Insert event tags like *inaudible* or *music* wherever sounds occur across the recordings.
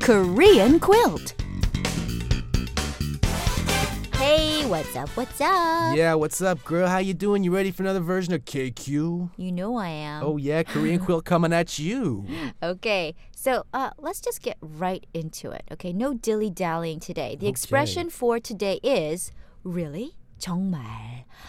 Korean quilt. Hey, what's up? What's up? Yeah, what's up, girl? How you doing? You ready for another version of KQ? You know I am. Oh yeah, Korean quilt coming at you. Okay, so uh, let's just get right into it. Okay, no dilly dallying today. The expression for today is really 정말.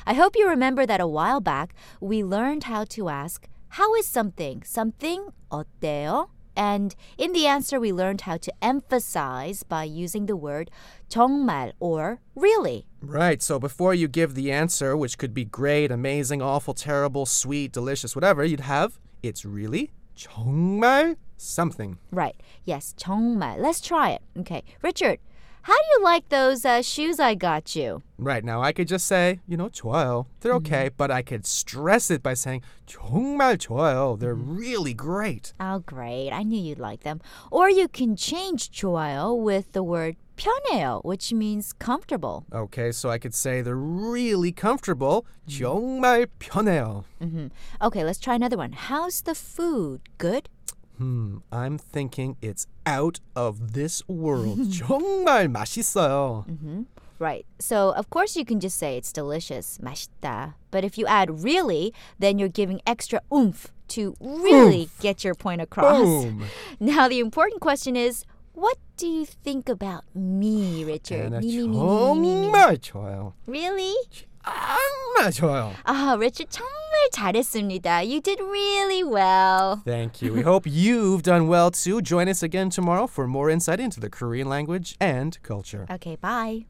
I hope you remember that a while back we learned how to ask how is something something 어때요? And in the answer, we learned how to emphasize by using the word 정말 or really. Right. So before you give the answer, which could be great, amazing, awful, terrible, sweet, delicious, whatever, you'd have it's really 정말 something. Right. Yes, 정말. Let's try it. Okay. Richard, how do you like those uh, shoes I got you? Right now, I could just say, you know, 좋아요. They're okay, but I could stress it by saying 정말 좋아요. They're really great. Oh, great. I knew you'd like them. Or you can change 좋아요 with the word 편해요, which means comfortable. Okay, so I could say they're really comfortable. 정말 편해요. hmm Okay, let's try another one. How's the food? Good? Hmm, I'm thinking it's out of this world. 정말 맛있어요. Right. So, of course, you can just say it's delicious, 맛있다. But if you add really, then you're giving extra oomph to really get your point across. Boom. Now, the important question is what do you think about *sighs* me, Richard? And a Me, me, me, me, me, me, me. 정말 좋아요. Really? 정말 좋아요. Ah, Richard, 정말 잘했습니다. You did really well. Thank you. We hope you've done well too. Join us again tomorrow for more insight into the Korean language and culture. Okay, bye.